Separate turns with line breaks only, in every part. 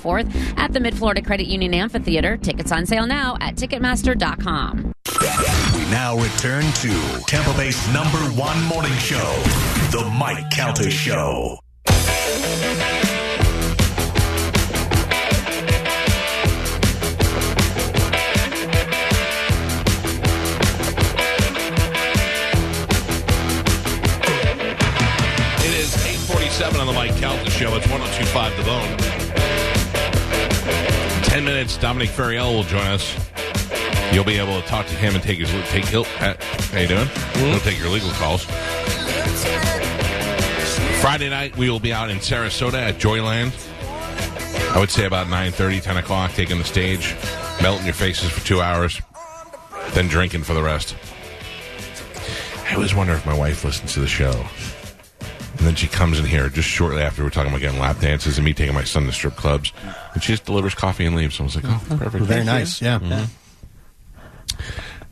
4th at the Mid Florida Credit Union Amphitheater. Tickets on sale now at Ticketmaster.com.
We now return to Tampa Bay's number one morning show, The Mike Calter Show.
It is 847 on the Mike Calton Show. It's 1025 The Bone. 10 minutes, Dominic Ferriel will join us. You'll be able to talk to him and take his take he'll uh, how you doing? We'll take your legal calls. Friday night we will be out in Sarasota at Joyland. I would say about 9.30, 10 o'clock, taking the stage, melting your faces for two hours, then drinking for the rest. I always wonder if my wife listens to the show. And then she comes in here just shortly after we're talking about getting lap dances and me taking my son to strip clubs. And she just delivers coffee and leaves. So I was like, oh, perfect.
Mm-hmm. Very nice. Yeah.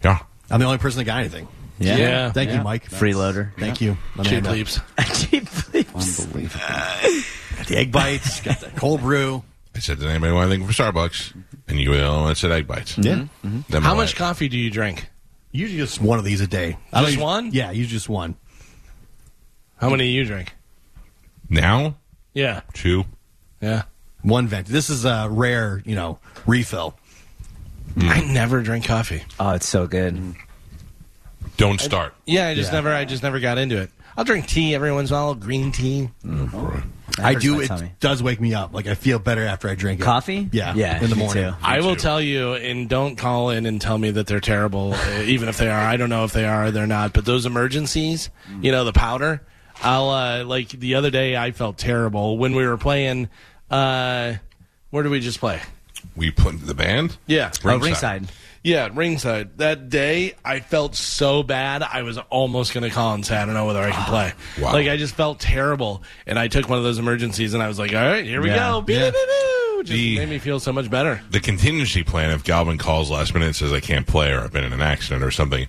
Yeah.
I'm the only person that got anything.
Yeah.
Thank you, Mike.
Freeloader.
Thank you. My
Cheap
man.
leaps.
Cheap leaps.
Unbelievable.
Got the egg bites. Got the cold brew.
I said, did anybody want anything from Starbucks? And you will. I said, egg bites.
Mm-hmm. Yeah.
Then my
How much
wife-
coffee do you drink?
Usually just one of these a day. I don't
Just
usu-
one?
Yeah, you just one.
How many do you drink?
now?
Yeah.
Two.
Yeah.
One vent. This is a rare, you know, refill.
I never drink coffee.
Oh, it's so good.
Don't start.
Yeah, I just never I just never got into it. I'll drink tea every once in a while, green tea. Oh.
I
hurts
do.
my
It
tummy.
does wake me up. Like I feel better after I drink it.
Coffee?
Yeah.
Yeah.
In the
me
morning.
too.
I will
too.
tell you, and don't call in and tell me that they're terrible, uh, even if they are. I don't know if they are or they're not, but those emergencies, you know, the powder, I'll, uh, like, the other day I felt terrible when we were playing, uh, where did we just play?
We put the band?
Yeah.
Oh, ringside.
Yeah, at ringside. That day, I felt so bad. I was almost going to call and say, I don't know whether I can play.
Ah, Wow.
Like, I just felt terrible. And I took one of those emergencies and I was like, all right, here we
Yeah.
go. Beep,
Yeah.
beep, beep, beep. Just
The-
made me feel so much better.
The contingency plan, if Galvin calls last minute and says, I can't play or I've been in an accident or something,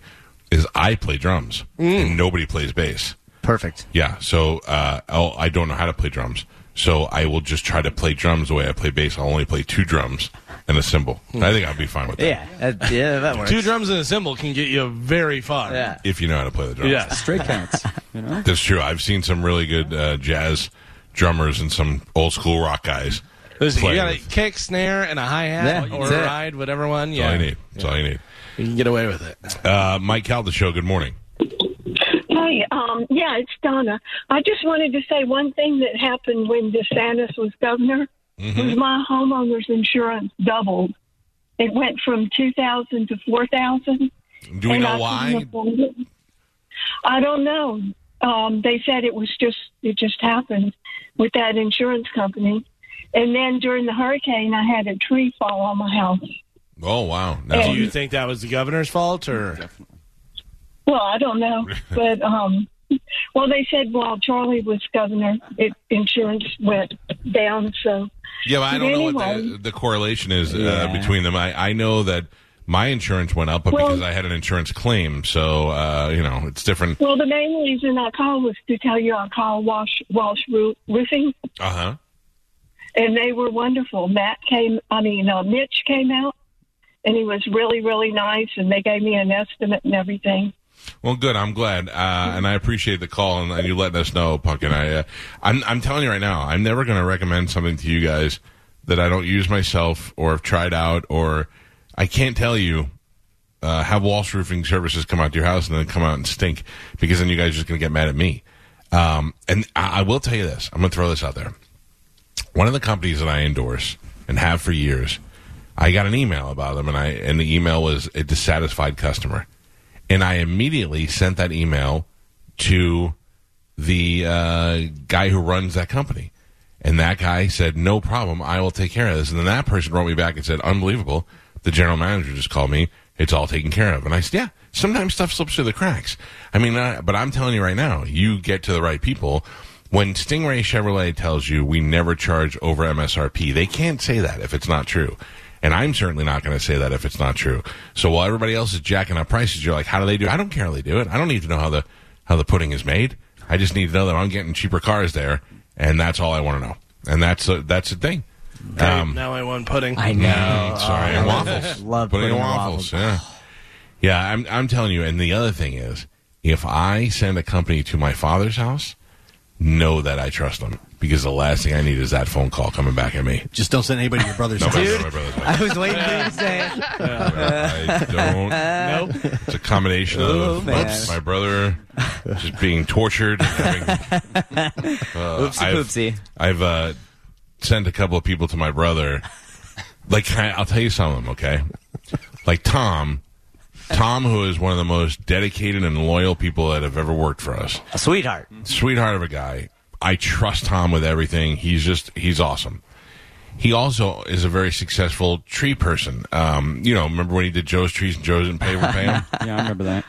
is I play drums
Mm.
and nobody plays bass.
Perfect.
Yeah. So uh, I'll, I don't know how to play drums. So I will just try to play drums the way I play bass. I'll only play two drums and a cymbal.
Hmm.
I think I'll be fine with that.
Yeah. That, yeah, that works.
Two drums and a cymbal can get you very far.
Yeah.
If you know how to play the drums.
Yeah.
Straight pants. You know?
That's true. I've seen some really good uh, jazz drummers and some old school rock guys.
Listen, you
play
got a
with-
kick, snare, and a hi hat
Yeah,
or
that's
a
it.
ride, whatever one.
That's
Yeah.
all you need. That's all you need.
You can get away with it.
Uh, Mike Cal, the show. Good morning.
Hey, um, yeah, it's Donna. I just wanted to say one thing that happened when DeSantis was governor
Mm-hmm.
was my homeowner's insurance doubled. It went from two thousand to four thousand.
Do we
and
know
I
why?
couldn't afford it. I don't know. Um, they said it was just it just happened with that insurance company. And then during the hurricane, I had a tree fall on my house.
Oh wow! Now,
Do you think that was the governor's fault or?
Well, I don't know, but um, well, they said while Charlie was governor, it, insurance went down. So
yeah, but I don't know what the,
Anyway.
the correlation is uh,
Yeah.
between them. I, I know that my insurance went up, but
Well-
because I had an insurance claim, so uh, you know it's different.
Well, the main reason I called was to tell you I called Walsh, Walsh Roo- Roofing,
Uh huh.
and they were wonderful. Matt came, I mean, uh, Mitch came out, and he was really, really nice, and they gave me an estimate and everything.
Well, good. I'm glad, uh, and I appreciate the call and, and you letting us know, Pumpkin. I, uh, I'm, I'm telling you right now, I'm never going to recommend something to you guys that I don't use myself or have tried out, or I can't tell you. Uh, have Walsh Roofing Services come out to your house and then come out and stink because then you guys are just going to get mad at me. Um, and I, I will tell you this. I'm going to throw this out there. One of the companies that I endorse and have for years, I got an email about them, and I and the email was a dissatisfied customer, and I immediately sent that email to the uh, guy who runs that company, and that guy said, "No problem, I will take care of this." And then that person wrote me back and said, "Unbelievable, the general manager just called me. It's all taken care of." And I said, "Yeah." Sometimes stuff slips through the cracks. I mean, uh, but I'm telling you right now, you get to the right people. When Stingray Chevrolet tells you we never charge over MSRP, they can't say that if it's not true. And I'm certainly not going to say that if it's not true. So while everybody else is jacking up prices, you're like, how do they do? it? I don't care how they do it. I don't need to know how the how the pudding is made. I just need to know that I'm getting cheaper cars there, and that's all I want to know. And that's a, that's the thing. Um,
now I want pudding.
I know.
Mm, sorry, and waffles.
Love
Putting
pudding
in
and
waffles. Yeah, yeah. I'm I'm telling you. And the other thing is, if I send a company to my father's house, know that I trust them because the last thing I need is that phone call coming back at me.
Just don't send anybody to your brother's
No,
house.
my- no, my brother's house.
I was waiting for you to say it.
I don't.
Nope.
It's a combination
Oh,
of my,
man.
my brother just being tortured. Having, uh,
Oopsie poopsie.
I've uh, sent a couple of people to my brother. Like, I, I'll tell you some of them, okay? Like Tom. Tom, who is one of the most dedicated and loyal people that have ever worked for us
A sweetheart.
sweetheart of a guy. I trust Tom with everything. He's just he's awesome. He also is a very successful tree person. Um, you know, remember when he did Joe's trees and Joe's didn't pay for pay him?
Yeah, I remember that.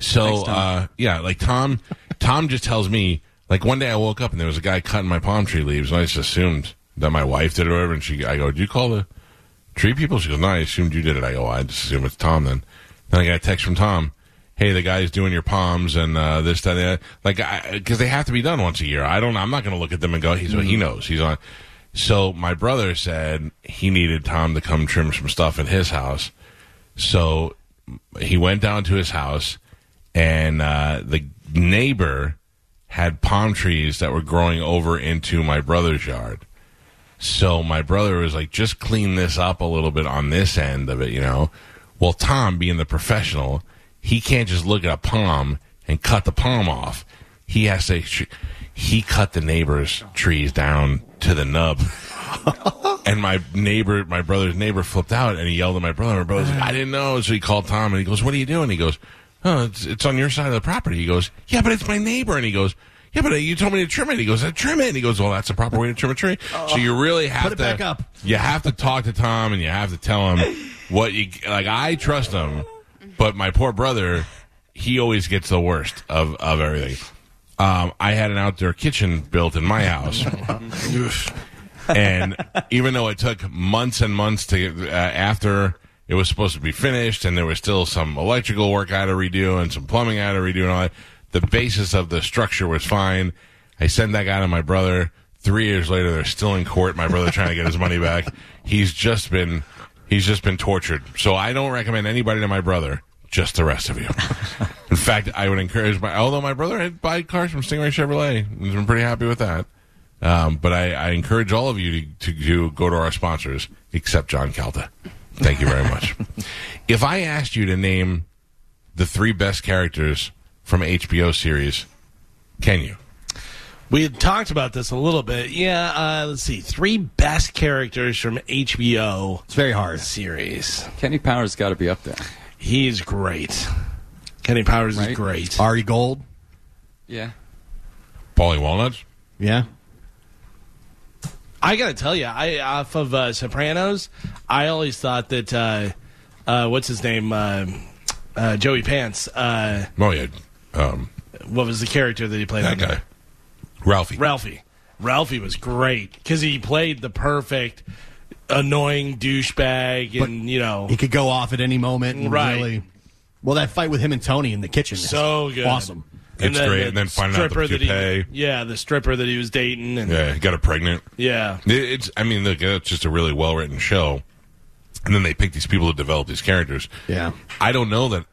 So uh, yeah, like Tom, Tom just tells me like one day I woke up and there was a guy cutting my palm tree leaves, and I just assumed that my wife did it or whatever. And she, I go, "Do you call the tree people?" She goes, "No, I assumed you did it." I go, "I just assume it's Tom then." Then I got a text from Tom, "Hey, the guy's doing your palms and uh, this, that, and that." Like, because they have to be done once a year. I don't. I'm not going to look at them and go, "He's he knows he's on." So my brother said he needed Tom to come trim some stuff in his house. So he went down to his house, and uh, the neighbor had palm trees that were growing over into my brother's yard. So my brother was like, just clean this up a little bit on this end of it, you know. Well, Tom, being the professional, he can't just look at a palm and cut the palm off. He has to. He cut the neighbor's trees down to the nub. And my neighbor, my brother's neighbor, flipped out and he yelled at my brother. My brother's
Uh-huh.
like, I didn't know. So he called Tom and he goes, What are you doing? He goes, Oh, it's, it's on your side of the property. He goes, Yeah, but it's my neighbor. And he goes, Yeah, but uh, you told me to trim it. He goes, I trim it. And he goes, Well, that's the proper way to trim a tree. So you really have
Oh. Put it
to
back up.
You have to talk to Tom and you have to tell him what you like. I trust him, but my poor brother, he always gets the worst of of everything. Um, I had an outdoor kitchen built in my house and even though it took months and months to uh, after it was supposed to be finished and there was still some electrical work I had to redo and some plumbing I had to redo and all that, the basis of the structure was fine. I sent that guy to my brother. Three years later, they're still in court. My brother trying to get his money back. He's just been he's just been tortured. So I don't recommend anybody to my brother. Just the rest of you. In fact, I would encourage my although my brother had buy cars from Stingray Chevrolet. He's been pretty happy with that. Um, but I, I encourage all of you to, to, to go to our sponsors, except John Calta. Thank you very much. if I asked you to name the three best characters from HBO series, can you?
We had talked about this a little bit. Yeah, uh, let's see. Three best characters from HBO
It's very hard.
series.
Kenny Powers got to be up there.
He's great. Kenny Powers
Right.
is great.
Ari Gold.
Yeah.
Paulie Walnuts?
Yeah.
I gotta tell you, I off of uh, Sopranos, I always thought that uh, uh, what's his name, uh, uh, Joey Pants. Uh,
Oh, yeah. Um,
what was the character that he played?
that
on
guy. Ralphie.
Ralphie. Ralphie was great because he played the perfect annoying douchebag, and you know,
He could go off at any moment. And
Right.
Really, well, that fight with him and Tony in the kitchen. is
so good,
Awesome.
It's great, and then finding out the
stripper that he-
toupee.
yeah, the stripper that he was dating, and yeah,
yeah, he got her pregnant. It- It's, I mean, look, it's just a really well written show. And then they pick these people to develop these characters.
Yeah.
I don't know that.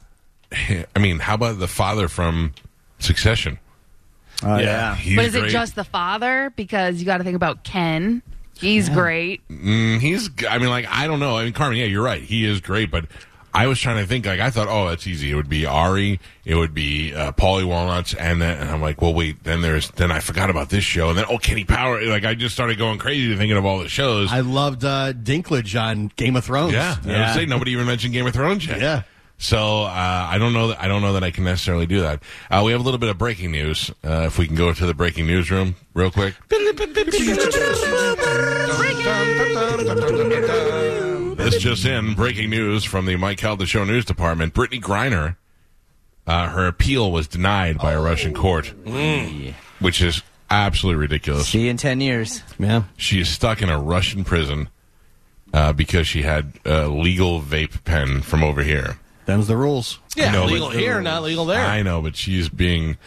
I mean, how about the father from Succession?
yeah.
He's
but is it
great.
just the father? Because you got to think about Ken. He's great.
He's, I mean, like, I don't know. I mean, Carmen, yeah, you're right. He is great, but I was trying to think, like, I thought, oh, that's easy. It would be Ari, it would be uh, Paulie Walnuts, and then, and I'm like, well, wait, then there's, then I forgot about this show, and then, oh, Kenny Power. Like, I just started going crazy thinking of all the shows.
I loved uh, Dinklage on Game of Thrones.
yeah, I would say nobody even mentioned Game of Thrones yet.
Yeah.
So uh, I don't know that I don't know that I can necessarily do that. Uh, we have a little bit of breaking news. Uh, if we can go to the breaking news room real quick. This just in: breaking news from the Mike Calda Show news department. Brittany Griner, uh, her appeal was denied by a Russian court, which is absolutely ridiculous.
See you in 10 years.
Yeah.
She is stuck in a Russian prison uh, because she had a legal vape pen from over here.
Them's the rules.
Yeah,
No, but-
legal here, not legal there.
I know, but she's being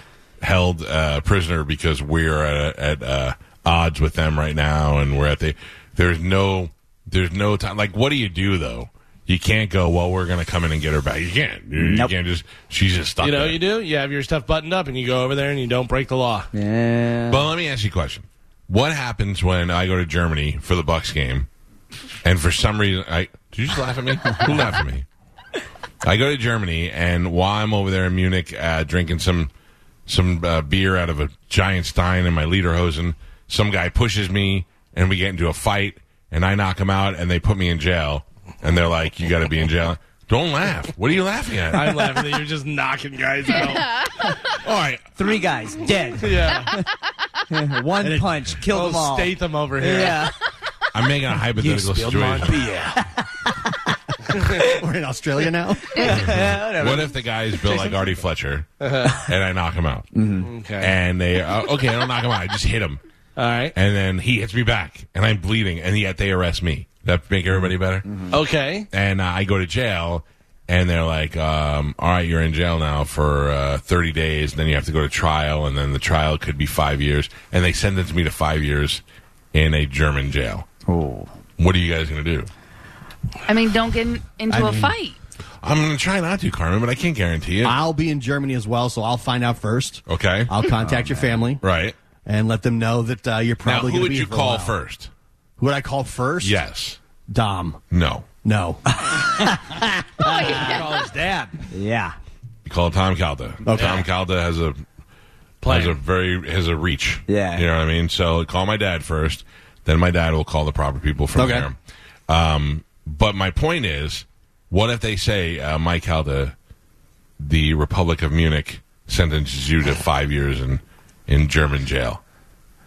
held uh, prisoner because we're at, at uh, odds with them right now, and we're at the There's no there's no time. Like, what do you do though? You can't go. Well, we're going to come in and get her back. You can't. You, you
Nope.
can't just. She's just stuck.
You know,
there.
you do. You have your stuff buttoned up, and you go over there, and you don't break the law.
Yeah.
But let me ask you a question. What happens when I go to Germany for the Bucks game, and for some reason, I did you just laugh at me? Who laughed at me? I go to Germany, and while I'm over there in Munich uh, drinking some some uh, beer out of a giant stein in my lederhosen, some guy pushes me, and we get into a fight, and I knock him out, and they put me in jail, and they're like, "You got to be in jail." Don't laugh. What are you laughing at?
I'm laughing that you're just knocking guys out.
all right,
Three guys dead.
Yeah,
One punch killed them all.
Old Statham over here.
yeah.
I'm making a hypothetical situation.
We're in Australia now.
What if the guy is built like Artie Fletcher
Uh-huh.
and I knock him out?
Mm-hmm.
Okay.
And they, uh, okay, I don't knock him out. I just hit him.
All right.
And then he hits me back and I'm bleeding and yet they arrest me. That make everybody better?
Mm-hmm.
Okay.
And uh, I go to jail and they're like, um, all right, you're in jail now for uh, 30 days. And then you have to go to trial and then the trial could be five years. And they sentence me to five years in a German jail.
Oh.
What are you guys going to do?
I mean, don't get in- into
I
a
mean-
fight.
I'm going to try not to, Carmen, but I can't guarantee it.
I'll be in Germany as well, so I'll find out first.
Okay.
I'll contact your family
Right.
and let them know that uh, you're
Now,
probably
who would
going to be
you
here for a
call
while.
first?
Who would I call first?
Yes.
Dom.
No.
No.
Call his dad.
Yeah.
You call Tom Calda.
Okay.
Tom Calda has a has a very has a reach.
Yeah.
You know what I mean? So call my dad first, then my dad will call the proper people from
Okay.
there. Um, but my point is, what if they say, uh, Mike Calda, the Republic of Munich sentences you to five years in in German jail?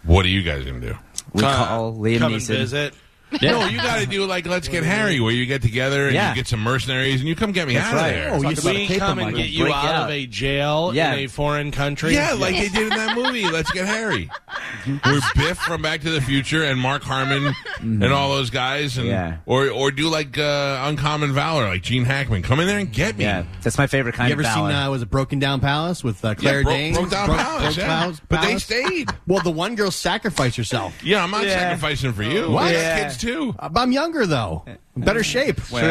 What are you guys gonna do?
We call Liam
Come and
Neeson.
visit.
No, you got to do like Let's Get Harry, where you get together and
Yeah.
you get some mercenaries and you come get me out
right.
of
Oh,
there.
you said
We
Cape
come
Michael.
and get you
Break
out,
out.
of a jail
Yeah.
in a foreign country.
Yeah, like they did in that movie, Let's Get Harry. Where Biff from Back to the Future and Mark Harmon
Mm-hmm.
and all those guys, and
Yeah.
or or do like uh, Uncommon Valor, like Gene Hackman, come in there and get me.
Yeah, that's my favorite kind
You ever
of valor.
seen uh, was it Broken Down Palace with uh,
Yeah,
Claire
broke-
Danes?
broke down
Broke-
palace,
Broke
yeah.
Palace-
but they
Palace?
stayed.
Well, the one girl sacrificed herself.
Yeah, I'm not
Yeah.
sacrificing for you.
What?
I got
Yeah.
kids too.
Uh, but I'm younger though. I'm better shape.
Well,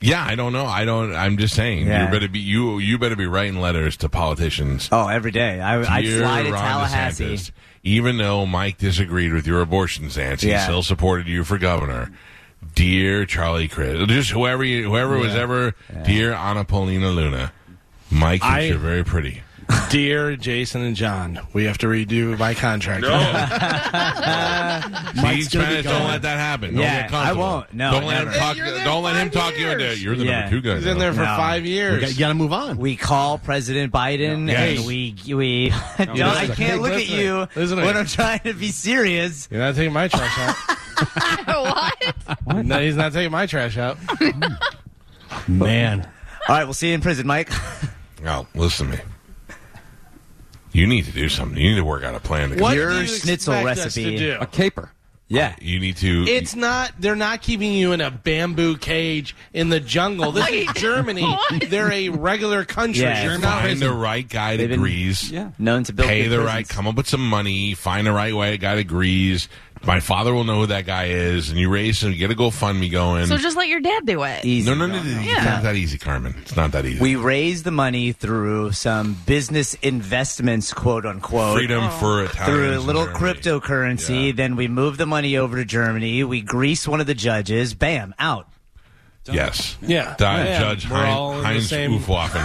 Yeah, I don't know. I don't. I'm just saying.
Yeah.
You better be you. You better be writing letters to politicians.
oh, every day. I, I'd
Dear
fly to
Ron
Tallahassee.
DeSantis, even though Mike disagreed with your abortion stance, he
Yeah.
still supported you for governor. Dear Charlie Chris, just whoever you, whoever was ever, dear Anna Paulina Luna, Mike thinks
I-
you're very pretty.
Dear Jason and John, we have to redo my contract.
See,
gonna be
Spanish, don't
gone.
let that happen. Don't
Yeah,
get comfortable.
I won't. No,
don't let him
never.
talk. Don't let him talk you into. You're the
Yeah.
number two guy.
He's in
now.
there for
No.
five
You got-
years.
you got to move on.
We call President Biden
Yes.
and we we. Don't- I
listen.
can't look
Listen.
at you
Listen.
when I'm trying to be serious.
You're not taking my trash out.
what?
no, he's not taking my trash out.
Man,
All right, we'll see you in prison, Mike.
Now, listen to me. You need to do something. You need to work out a plan. To
What
Your
do you
schnitzel
expect us to
recipe.
do?
a caper.
yeah.
You need to.
It's not. They're not keeping you in a bamboo cage in the jungle. This is Germany. They're a regular country.
Yeah.
You're not
find the
prison.
right guy that
They've been-
agrees.
Yeah.
Known to build
pay
good
the
prisons.
right, come up with some money, find the right way. Guy that agrees. My father will know who that guy is, and you raise him. Get a GoFundMe going.
mm.
So just let your dad do it.
Easy.
no, no, no, no, It's
Yeah.
not that easy, Carmen. It's not that easy.
We raise the money through some business investments, quote unquote.
Freedom
Oh.
for Italians
Through a
in
little
Germany.
cryptocurrency,
Yeah.
then we move the money over to Germany. We grease one of the judges. Bam, out.
Yes.
Yeah.
Die,
Yeah.
Judge
We're all in
Hein-
the
Heinz
same-
Oofwaffen.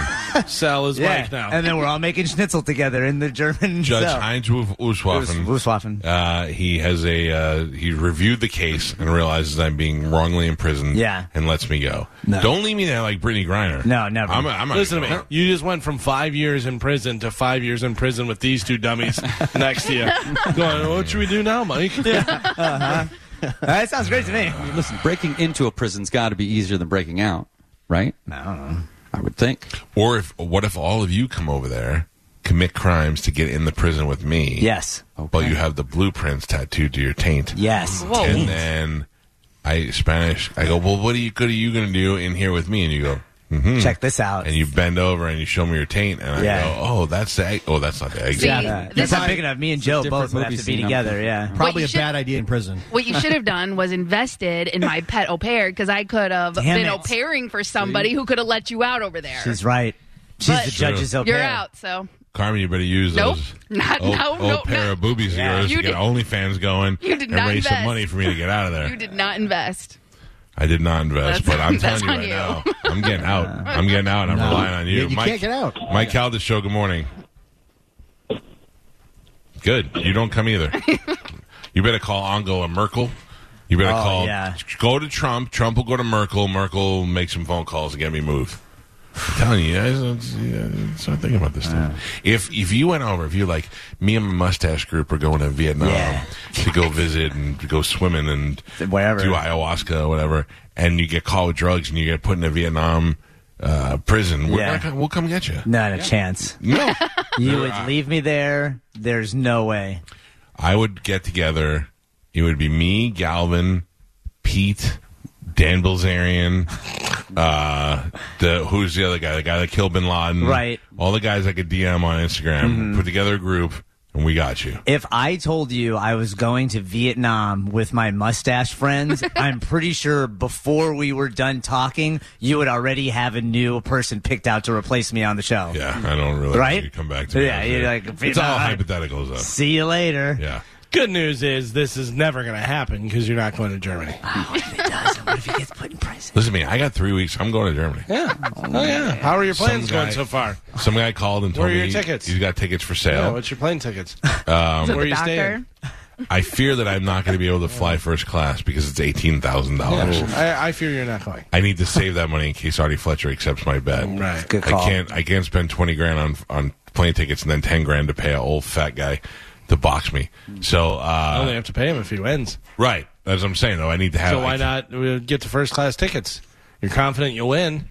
Sell his wife now.
and then we're all making schnitzel together in the German
Judge
cell.
Heinz Oof- Oofwaffen.
Luftwaffen.
Uh, he has a uh, he reviewed the case and realizes I'm being wrongly imprisoned.
Yeah.
and lets me go. Don't leave me there like Brittany Griner.
No, never.
I'm, I'm not
Listen to me.
gonna-
You just went from five years in prison to five years in prison with these two dummies next to you. Going, what should we do now, Mike?
Uh, that sounds great to me.
Listen, breaking into a prison's got to be easier than breaking out, right?
I don't know.
I would think.
Or if what if all of you come over there, commit crimes to get in the prison with me?
Yes.
But you have the blueprints tattooed to your taint.
Yes.
And then I Spanish. I go. Well, what are you? Good are you going to do in here with me? And you go.
Check this out.
and you bend over and you show me your taint, and I
Yeah.
go, "Oh, that's the egg. Oh, that's not the egg.
See,
yeah,
this
that's
is-
Uh, not big enough. Me and Joe
different
both would have
movie
to be
scene, I'm
together. Yeah.
Probably
you
a
should-
bad idea in prison.
What you should have done was invested in my pet au pair because I could have
Damn
been
it.
au pairing for somebody who could have let you out over there.
She's right. She's
But-
the judge's au
You're
pair.
out, so
Carmen, you better use
Nope.
those
Not-
old,
no,
old
no,
pair
no.
of boobies
Yeah.
of yours
You
to get
did-
OnlyFans going
you did
and
not
raise some
invest.
money for me to get out of there.
you did not invest.
I did not invest,
That's-
but I'm
that's
telling you right
on
now, I'm getting out. I'm getting out. I'm relying on you.
You can't get out.
Mike Caldas show. Good morning. Good. You don't come either. you better call Angela Merkel. You better
Oh,
call.
yeah.
Go to Trump. Trump will go to Merkel. Merkel will make some phone calls and get me moved. I'm telling you, guys, I'm- yeah, start thinking about this
Uh.
stuff. If if you went over, if you like, me and my mustache group are going to Vietnam
Yeah.
to go visit and to go swimming and
Wherever.
do ayahuasca or whatever, and you get caught with drugs and you get put in a Vietnam uh, prison, we're
Yeah.
gonna come, we'll come get you.
Not a chance.
No,
You would leave me there. There's no way.
I would get together. It would be me, Galvin, Pete, Dan Bilzerian, uh, the who's the other guy? The guy that killed Bin Laden.
Right.
All the guys I could DM on Instagram.
Mm-hmm.
Put together a group, and we got you.
If I told you I was going to Vietnam with my mustache friends, I'm pretty sure before we were done talking, you would already have a new person picked out to replace me on the show.
Yeah, I don't really
Right?
you come back to me.
Yeah, you're like,
it's all
Vietnam.
hypotheticals, though.
See you later.
Yeah.
Good news is this is never going to happen because you're not going to Germany.
Listen to me. I got three weeks. I'm going to Germany.
Yeah. Oh, yeah. How are your
Some
plans
guy-
going so far?
Some guy called and told
Where are
me
your tickets?
he's got tickets for
Yeah,
sale.
what's your plane tickets?
Is it
where
the
you
doctor?
staying?
I fear that I'm not going to be able to fly first class because it's eighteen thousand dollars.
I, I fear you're not going.
I need to save that money in case Artie Fletcher accepts my bet.
Right.
Good
I
call.
can't. I can't spend twenty grand on on plane tickets and then ten grand to pay an old fat guy to box me. So
I
uh,
Oh,
only have to pay him if he wins.
right. That's what I'm saying though. I need to have.
So why not uh, get the first class tickets? You're confident you'll win.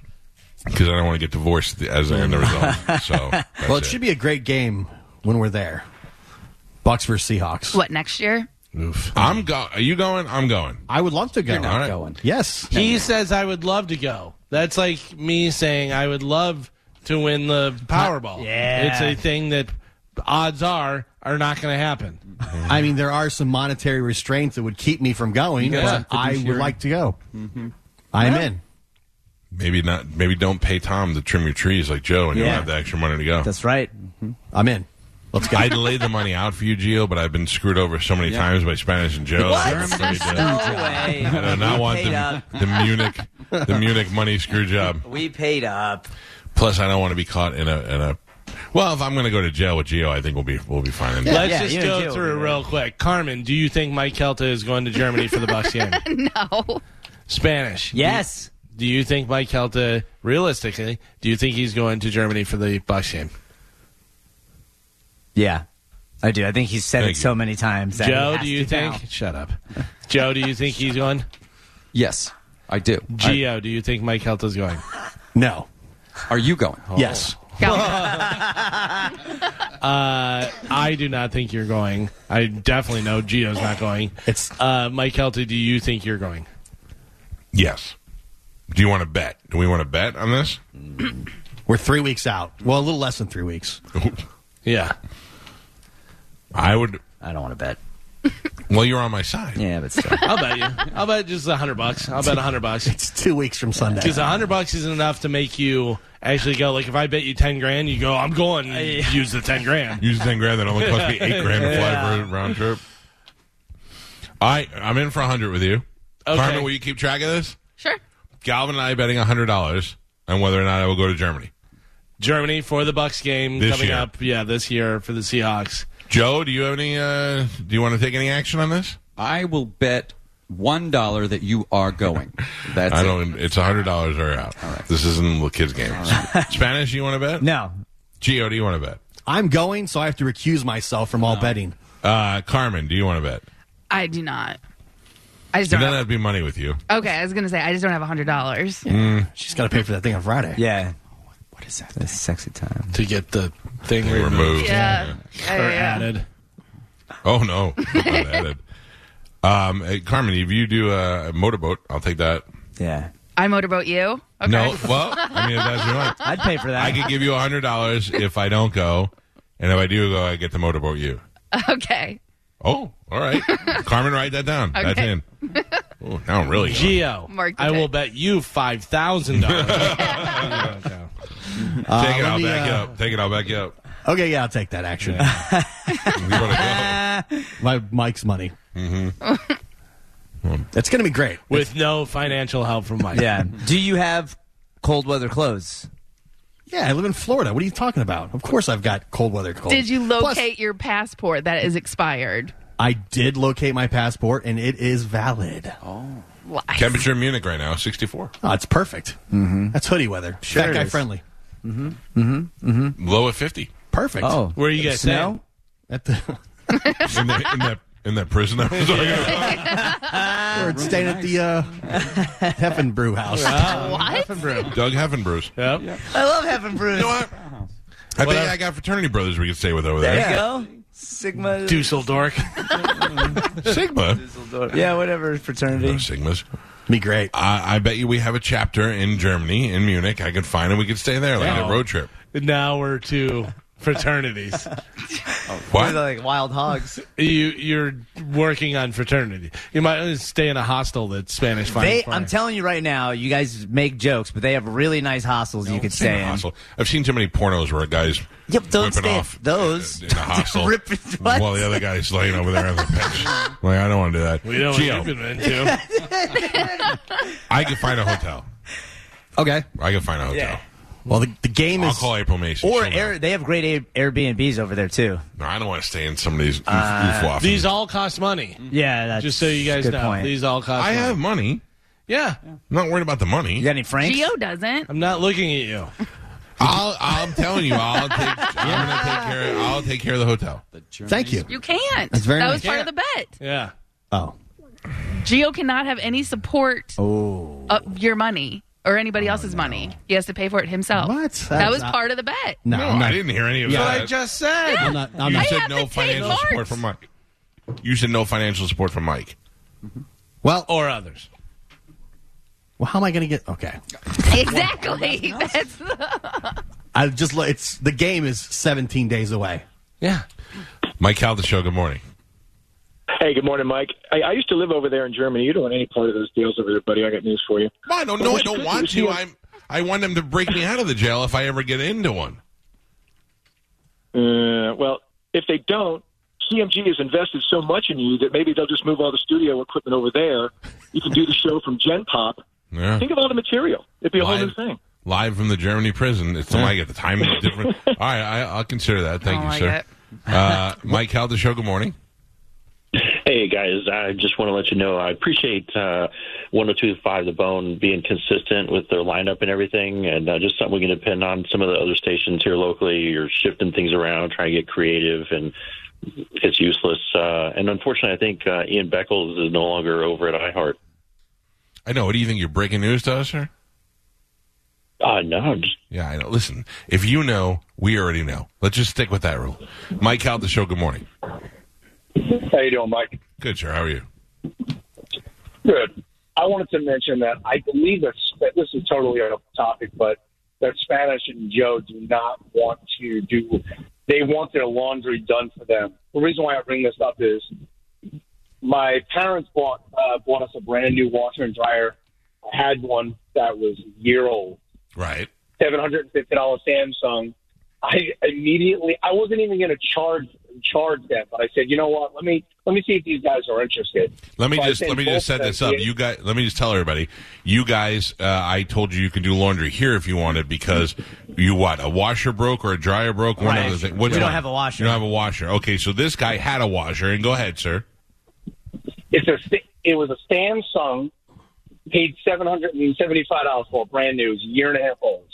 Because I don't want to get divorced as an end result. So that's
Well, it should be a great game when we're there. Bucks versus Seahawks.
What next year?
I'm go. Are you going? I'm going.
I would love to go.
not All right.
going.
Yes.
He says I would love to go. That's like me saying I would love to win the Powerball.
Yeah.
It's a thing that odds are are not going to happen.
I mean, there are some monetary restraints that would keep me from going,
Yeah.
but I would like to go. I'm in.
Maybe not. Maybe don't pay Tom to trim your trees like Joe, and you'll
Yeah.
have the extra money to go.
That's right.
I'm in. Let's go.
I'd lay the money out for you, Gio, but I've been screwed over so many times by Spanish and Joe. I'm afraid to-
No way.
I do not
we
want
paid
the,
up.
the Munich, the Munich money screw job.
We paid up.
Plus, I don't want to be caught in a in a. Well, if I'm going to go to jail with Gio, I think we'll be we'll be fine.
Let's
yeah,
just
you and Joe
go
will
through
be
real quick. Carmen, do you think Mike Kelta is going to Germany for the Bucks game?
No.
Spanish.
Yes.
Do you think Mike Kelta, realistically, do you think he's going to Germany for the Bucks game?
Yeah. I do. I think he's said
Thank
it
you.
so many times. that he
Joe,
has
do you
to now.
think? Shut up. Joe, do you think he's going?
Yes, I do. I-
Gio, do you think Mike Kelta's going?
no.
are you going?
Yes.
Go.
I do not think you're going. I definitely know Gio's not going.
It's
Uh, Mike Kelta, do you think you're going?
Yes. Do you want to bet? Do we want to bet on this?
we're three weeks out. Well, a little less than three weeks.
Yeah.
I would.
I don't want to bet.
Well, you're on my side.
Yeah, but still.
I'll bet you. I'll bet just a hundred bucks. I'll bet a hundred bucks.
It's two weeks from Sunday.
Because a hundred bucks isn't enough to make you actually go. Like if I bet you ten grand, you go. I'm going. and Use the ten grand.
Use the ten grand that only cost me eight grand to fly for a round trip. I I'm in for a hundred with you.
Okay.
Carmen, will you keep track of this?
sure.
Galvin and I betting hundred dollars on whether or not I will go to Germany.
Germany for the Bucks game
This
coming
year.
up. Yeah, this year for the Seahawks.
Joe, do you have any? Uh, do you want to take any action on this?
I will bet one dollar that you are going. That's
I
it.
don't. It's hundred dollars or out. This isn't a little kids' game. Spanish, you want to bet?
No.
Geo, do you want to bet?
I'm going, so I have to recuse myself from all betting.
Uh, Carmen, do you want to bet?
I do not. I just
Then
don't.
that'd be money with you.
have- okay, I was gonna say I just don't have a hundred dollars.
She's got to pay for that thing on Friday.
Yeah. What is that? The sexy time.
To get the thing
Removed.
Yeah.
or
Yeah, yeah, yeah.
added.
Oh no. Not added. Um, hey, Carmen, if you do a motorboat, I'll take that.
Yeah.
I motorboat you.
No, well, I mean, if that's what you want.
I'd pay for that.
I could give you a hundred dollars if I don't go, and if I do go, I get to motorboat you.
Okay.
Oh, all right, Carmen, write that down. That's
Okay.
in. Oh, now I'm really. going.
Geo,
Mark the
I will
date.
bet you five thousand dollars.
Take it,
let
I'll
me,
back you
uh,
up. Take it, I'll back you up.
Okay, yeah, I'll take that action.
You wanna
My Mike's money. Mm-hmm. That's going to be great.
With no financial help from Mike.
yeah. Do you have cold weather clothes?
Yeah, I live in Florida. What are you talking about? Of course, I've got cold weather clothes.
Did you
Plus,
locate your passport that is expired?
I did locate my passport, and it is valid. Oh,
Lies.
go? Temperature in Munich right now, sixty-four.
it's perfect. Mm-hmm. That's hoodie weather.
Sure
Fat
it
guy
is.
friendly.
Low at fifty.
Perfect.
Oh,
Where you guys
snow?
At the,
In that, in that in that prison I was talking about.
we're staying at the uh, Heffen Brew House.
What?
Doug Heffenbrews. You
Yep.
I love having Bruce.
know what? I bet I got fraternity brothers we could stay with over there.
go. Sigma.
Dusseldorf.
Sigma.
Yeah, whatever fraternity.
Those Sigmas.
Be great.
I, I bet you we have a chapter in Germany, in Munich. I could find and we could stay there, like
Yeah.
a road trip.
now we're two fraternities.
What?
like wild hogs.
you you're working on fraternity. You might stay in a hostel that's Spanish.
They, I'm telling you right now, you guys make jokes, but they have really nice hostels you could
Stay in
stay
a
in.
hostel. I've seen too many pornos where a guy's
Yep, don't
ripping
stay-
off
those.
in a hostel
Ripping- what?
while the other guy's laying over there on the bench. like I don't want to do that.
We know what you've
Gio,
been into.
I could find a hotel.
Okay.
I could find a hotel.
Yeah.
Well, the, the game
I'll
is.
call April Mason.
Or
She'll know.
Air, they have great Air, Airbnbs over there too.
No, I don't want to stay in some of these. Uh,
These all cost money.
Yeah, Mm. that's
Just so you guys
good
know,
Point.
these all cost.
I
money.
have money.
Yeah,
I'm not worried about the money.
you got any Franks?
Geo doesn't.
I'm not looking at you.
I'll, I'm telling you, I'll take. I'm gonna take care. Of, I'll take care of the hotel.
Thank you.
You can't.
That's very
that
nice.
was part of the bet.
Yeah.
Oh.
Geo cannot have any support
Oh.
of your money or anybody else's money. He has to pay for it himself.
What?
that
That's
was
not-
part of the bet.
No,
No,
I'm not.
I didn't hear any of
But
that.
I just said.
I'm not. I'm
you
not.
said
have
no
to take
financial
part.
support from Mike. You said no financial support from Mike.
Well,
Or others.
well, how am I going to get? Okay.
Exactly. That's the,
I just. lo- It's the game is 17 days away.
Yeah.
Mike Calda show. Good morning.
Hey, good morning, Mike. I, I used to live over there in Germany. You don't want any part of those deals over there, buddy. I got news for you.
Well, I don't know. I don't want to. I'm. I want them to break me out of the jail if I ever get into one.
Uh, well, if they don't, CMG has invested so much in you that maybe they'll just move all the studio equipment over there. You can do the show from Gen Pop.
Yeah.
Think of all the material. It'd be a whole new
Live,
thing.
live from the Germany prison. It's like at the time is different. All right, I, I'll consider that. Thank
don't
you,
like
sir.
it.
Uh, Mike Calda show. Good morning.
Hey guys, I just want to let you know I appreciate uh, one or two five the bone being consistent with their lineup and everything, and uh, just something we can depend on. Some of the other stations here locally, you're shifting things around, trying to get creative, and it's useless. Uh, and unfortunately, I think uh, Ian Beckles is no longer over at iHeart.
I know. What do you think? You're breaking news to us, sir?
Uh, no, just
Yeah, I know. Listen, if you know, we already know. Let's just stick with that rule. Mike Calda show. Good morning.
How you doing, Mike?
Good, sir. How are you?
Good. I wanted to mention that I believe that that this is totally off topic, but that Spanish and Joe do not want to do. They want their laundry done for them. The reason why I bring this up is my parents bought uh, bought us a brand new washer and dryer. I had one that was a year old,
Right.
seven hundred and fifty dollar Samsung. I immediately I wasn't even going to charge charge them, but I said, you know what? Let me let me see if these guys are interested.
Let me
So I
just
sent
let me
both
just set
of them
this up.
to-
You guys, let me just tell everybody. You guys, uh, I told you you can do laundry here if you wanted because you what a washer broke or a dryer broke. One
Right.
of those.
We don't have a washer.
You don't have a washer. Okay, so this guy had a washer. And go ahead, sir.
It's a sta- it was a Samsung. Paid seven hundred and seventy five dollars for it, brand new. It was a year and a half old.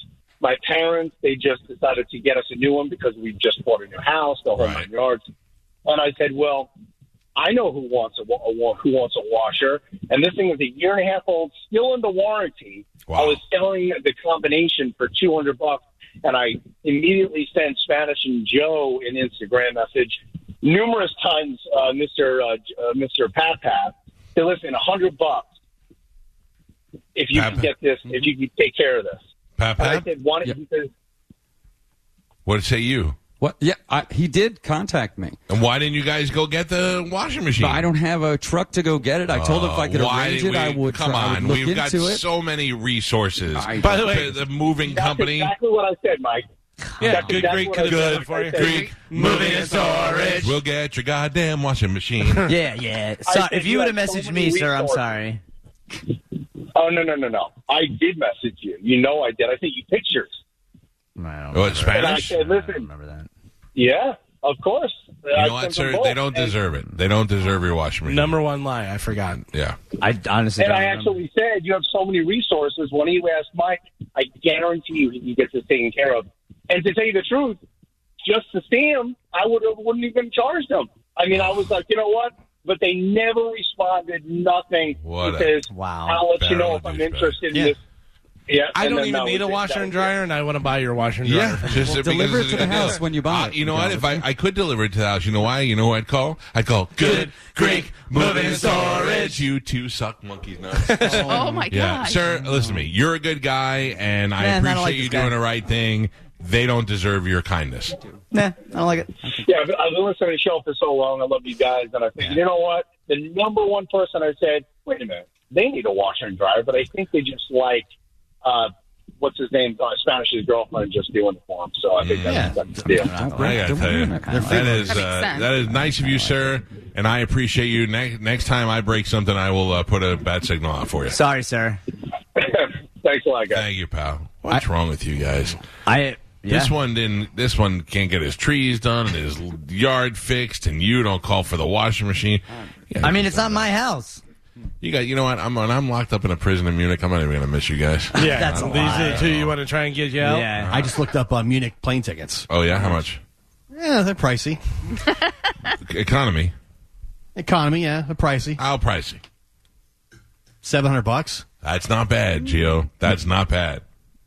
My parents they just decided to get us a new one because we just bought a new house, the whole
Right.
nine yards. And I said, well, I know who wants a, wa- a wa- who wants a washer, and this thing was a year and a half old, still under warranty.
Wow.
I was selling the combination for two hundred bucks, and I immediately sent Spanish and Joe an Instagram message numerous times, uh, Mister uh, J- uh, Mister Pat Pat, to listen, a hundred bucks. if you
Pap-
can get this, if you can take care of this.
Pap,
And I said, why don't you? He says,
What say you?
What? Yeah, I, he did contact me.
And why didn't you guys go get the washing machine?
I don't have a truck to go get it. I told him if I could
Oh, why
arrange
did
it, I
we-
would.
Come
try- I would
on,
look
we've got
into it.
so many resources.
By the way-
the moving company.
exactly what I said, Mike.
Yeah,
That's
good,
exactly
great,
what I said.
good,
I said,
Greek moving and storage. We'll get your goddamn washing machine.
yeah, yeah. So,
said
if
you
you would have
had so
messaged
many
me, sir, I'm
resources.
sorry.
Oh no no no no! I did message you. You know I did. I sent you pictures.
Oh, it's
And I
Spanish.
said, uh, listen. remember that. Yeah, of course.
You know what, sir? They don't deserve it. They don't deserve your washing machine.
Number one lie, I forgot.
Yeah.
I honestly
And
don't
I
remember.
actually said, you have so many resources. When he asked Mike, I guarantee you he gets this taken care of. And to tell you the truth, just to see him, I would have wouldn't even charge them. I mean, I was like, you know what? But they never responded. Nothing.
What a-
Because
Wow.
I'll let you
Barrel
know
of
if I'm
douchebags.
interested
Yeah.
in this. Yeah,
I
and
don't
then
even
that
need
was
a
it.
washer and
That was it.
dryer, and I want to buy your washer and dryer.
Yeah, just
Well,
because
deliver it
it's
to
a
the
good
house
deal.
when you buy
Uh,
it.
you know
You
what?
know,
If I, I could deliver it to the house, you know why? You know who I'd call? I'd call Good Greek Moving and Storage. You two suck monkeys nuts.
Oh my
yeah,
gosh.
sir. Listen to me. You're a good guy, and I
Man, I
appreciate
don't like
you
this guy.
doing the right thing. They don't deserve your kindness.
Nah, I don't like it.
Yeah, I've, I've been listening to the show for so long. I love you guys, and I think you know what? The number one person I said, wait a minute, they need a washer and dryer, but I think they just like uh, what's his name, uh, Spanish's girlfriend, just doing it for him. So I think that's, that's the deal.
I gotta tell you, that is
That makes
uh,
sense.
that is nice of you, sir, and I appreciate you. Ne- next time I break something, I will uh, put a bat signal out for you.
Sorry, sir.
Thanks a lot, guys.
Thank you, pal. What's wrong with you guys?
I yeah.
This one didn't. This one can't get his trees done and his l- yard fixed, and you don't call for the washing machine. Yeah,
I mean, it's not my house.
you got. You know what? I'm when I'm locked up in a prison in Munich. I'm not even gonna miss you guys.
Yeah,
That's a
these
lie.
are the two you want to try and get you out.
Yeah.
I just looked up uh, Munich plane tickets.
Oh yeah, how much? E-,
Yeah, they're pricey.
Economy.
Economy, yeah, they're pricey.
How pricey?
Seven hundred bucks.
That's not bad, Gio. That's not bad.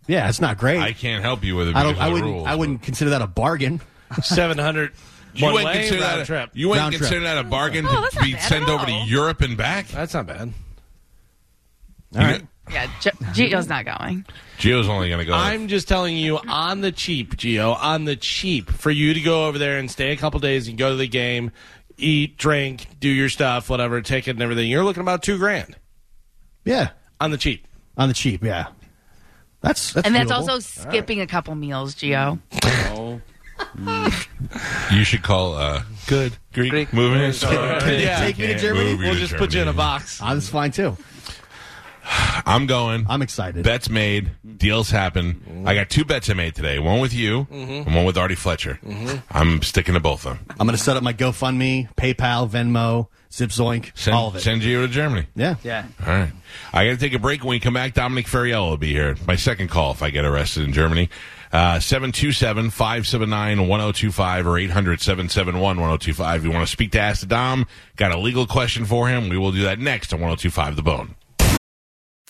Yeah, it's not great.
I can't help you with it.
I don't.
because
I
of the
wouldn't.
rules,
I
but-
wouldn't consider that a bargain.
Seven hundred.
You
one
wouldn't
way
consider
round
that
trip.
You wouldn't
Round trip.
consider that a bargain
Oh, that's
to
not
be
bad
sent
at
over to
all.
Europe and back.
That's not bad.
All right.
Yeah, G- Gio's not going.
Gio's only going to go.
I'm just telling you on the cheap, Geo, on the cheap, for you to go over there and stay a couple days and go to the game, eat, drink, do your stuff, whatever, ticket and everything. You're looking about two grand
Yeah,
on the cheap.
on the cheap. Yeah, that's that's
And that's
doable.
also skipping a couple meals, Gio.
you should call uh, good Greek, movement.
Yeah.
Take me to Germany?
We'll just put you in a box.
I'm just fine too.
I'm going.
I'm excited. Mm-hmm.
Bets made. Deals happen. I got two bets I made today. One with you and one with Artie Fletcher.
Mm-hmm.
I'm sticking to both of them.
I'm going to set up my GoFundMe, PayPal, Venmo, Zipzoink,
Send,
all of it.
send Gio to Germany.
yeah,
Yeah.
All right. I got to take a break. When we come back, Dominic Ferriello will be here. My second call if I get arrested in Germany. Uh, 727 579 1025 or 800 771 1025. If you want to speak to Ask the Dom, got a legal question for him. We will do that next on 1025 The Bone.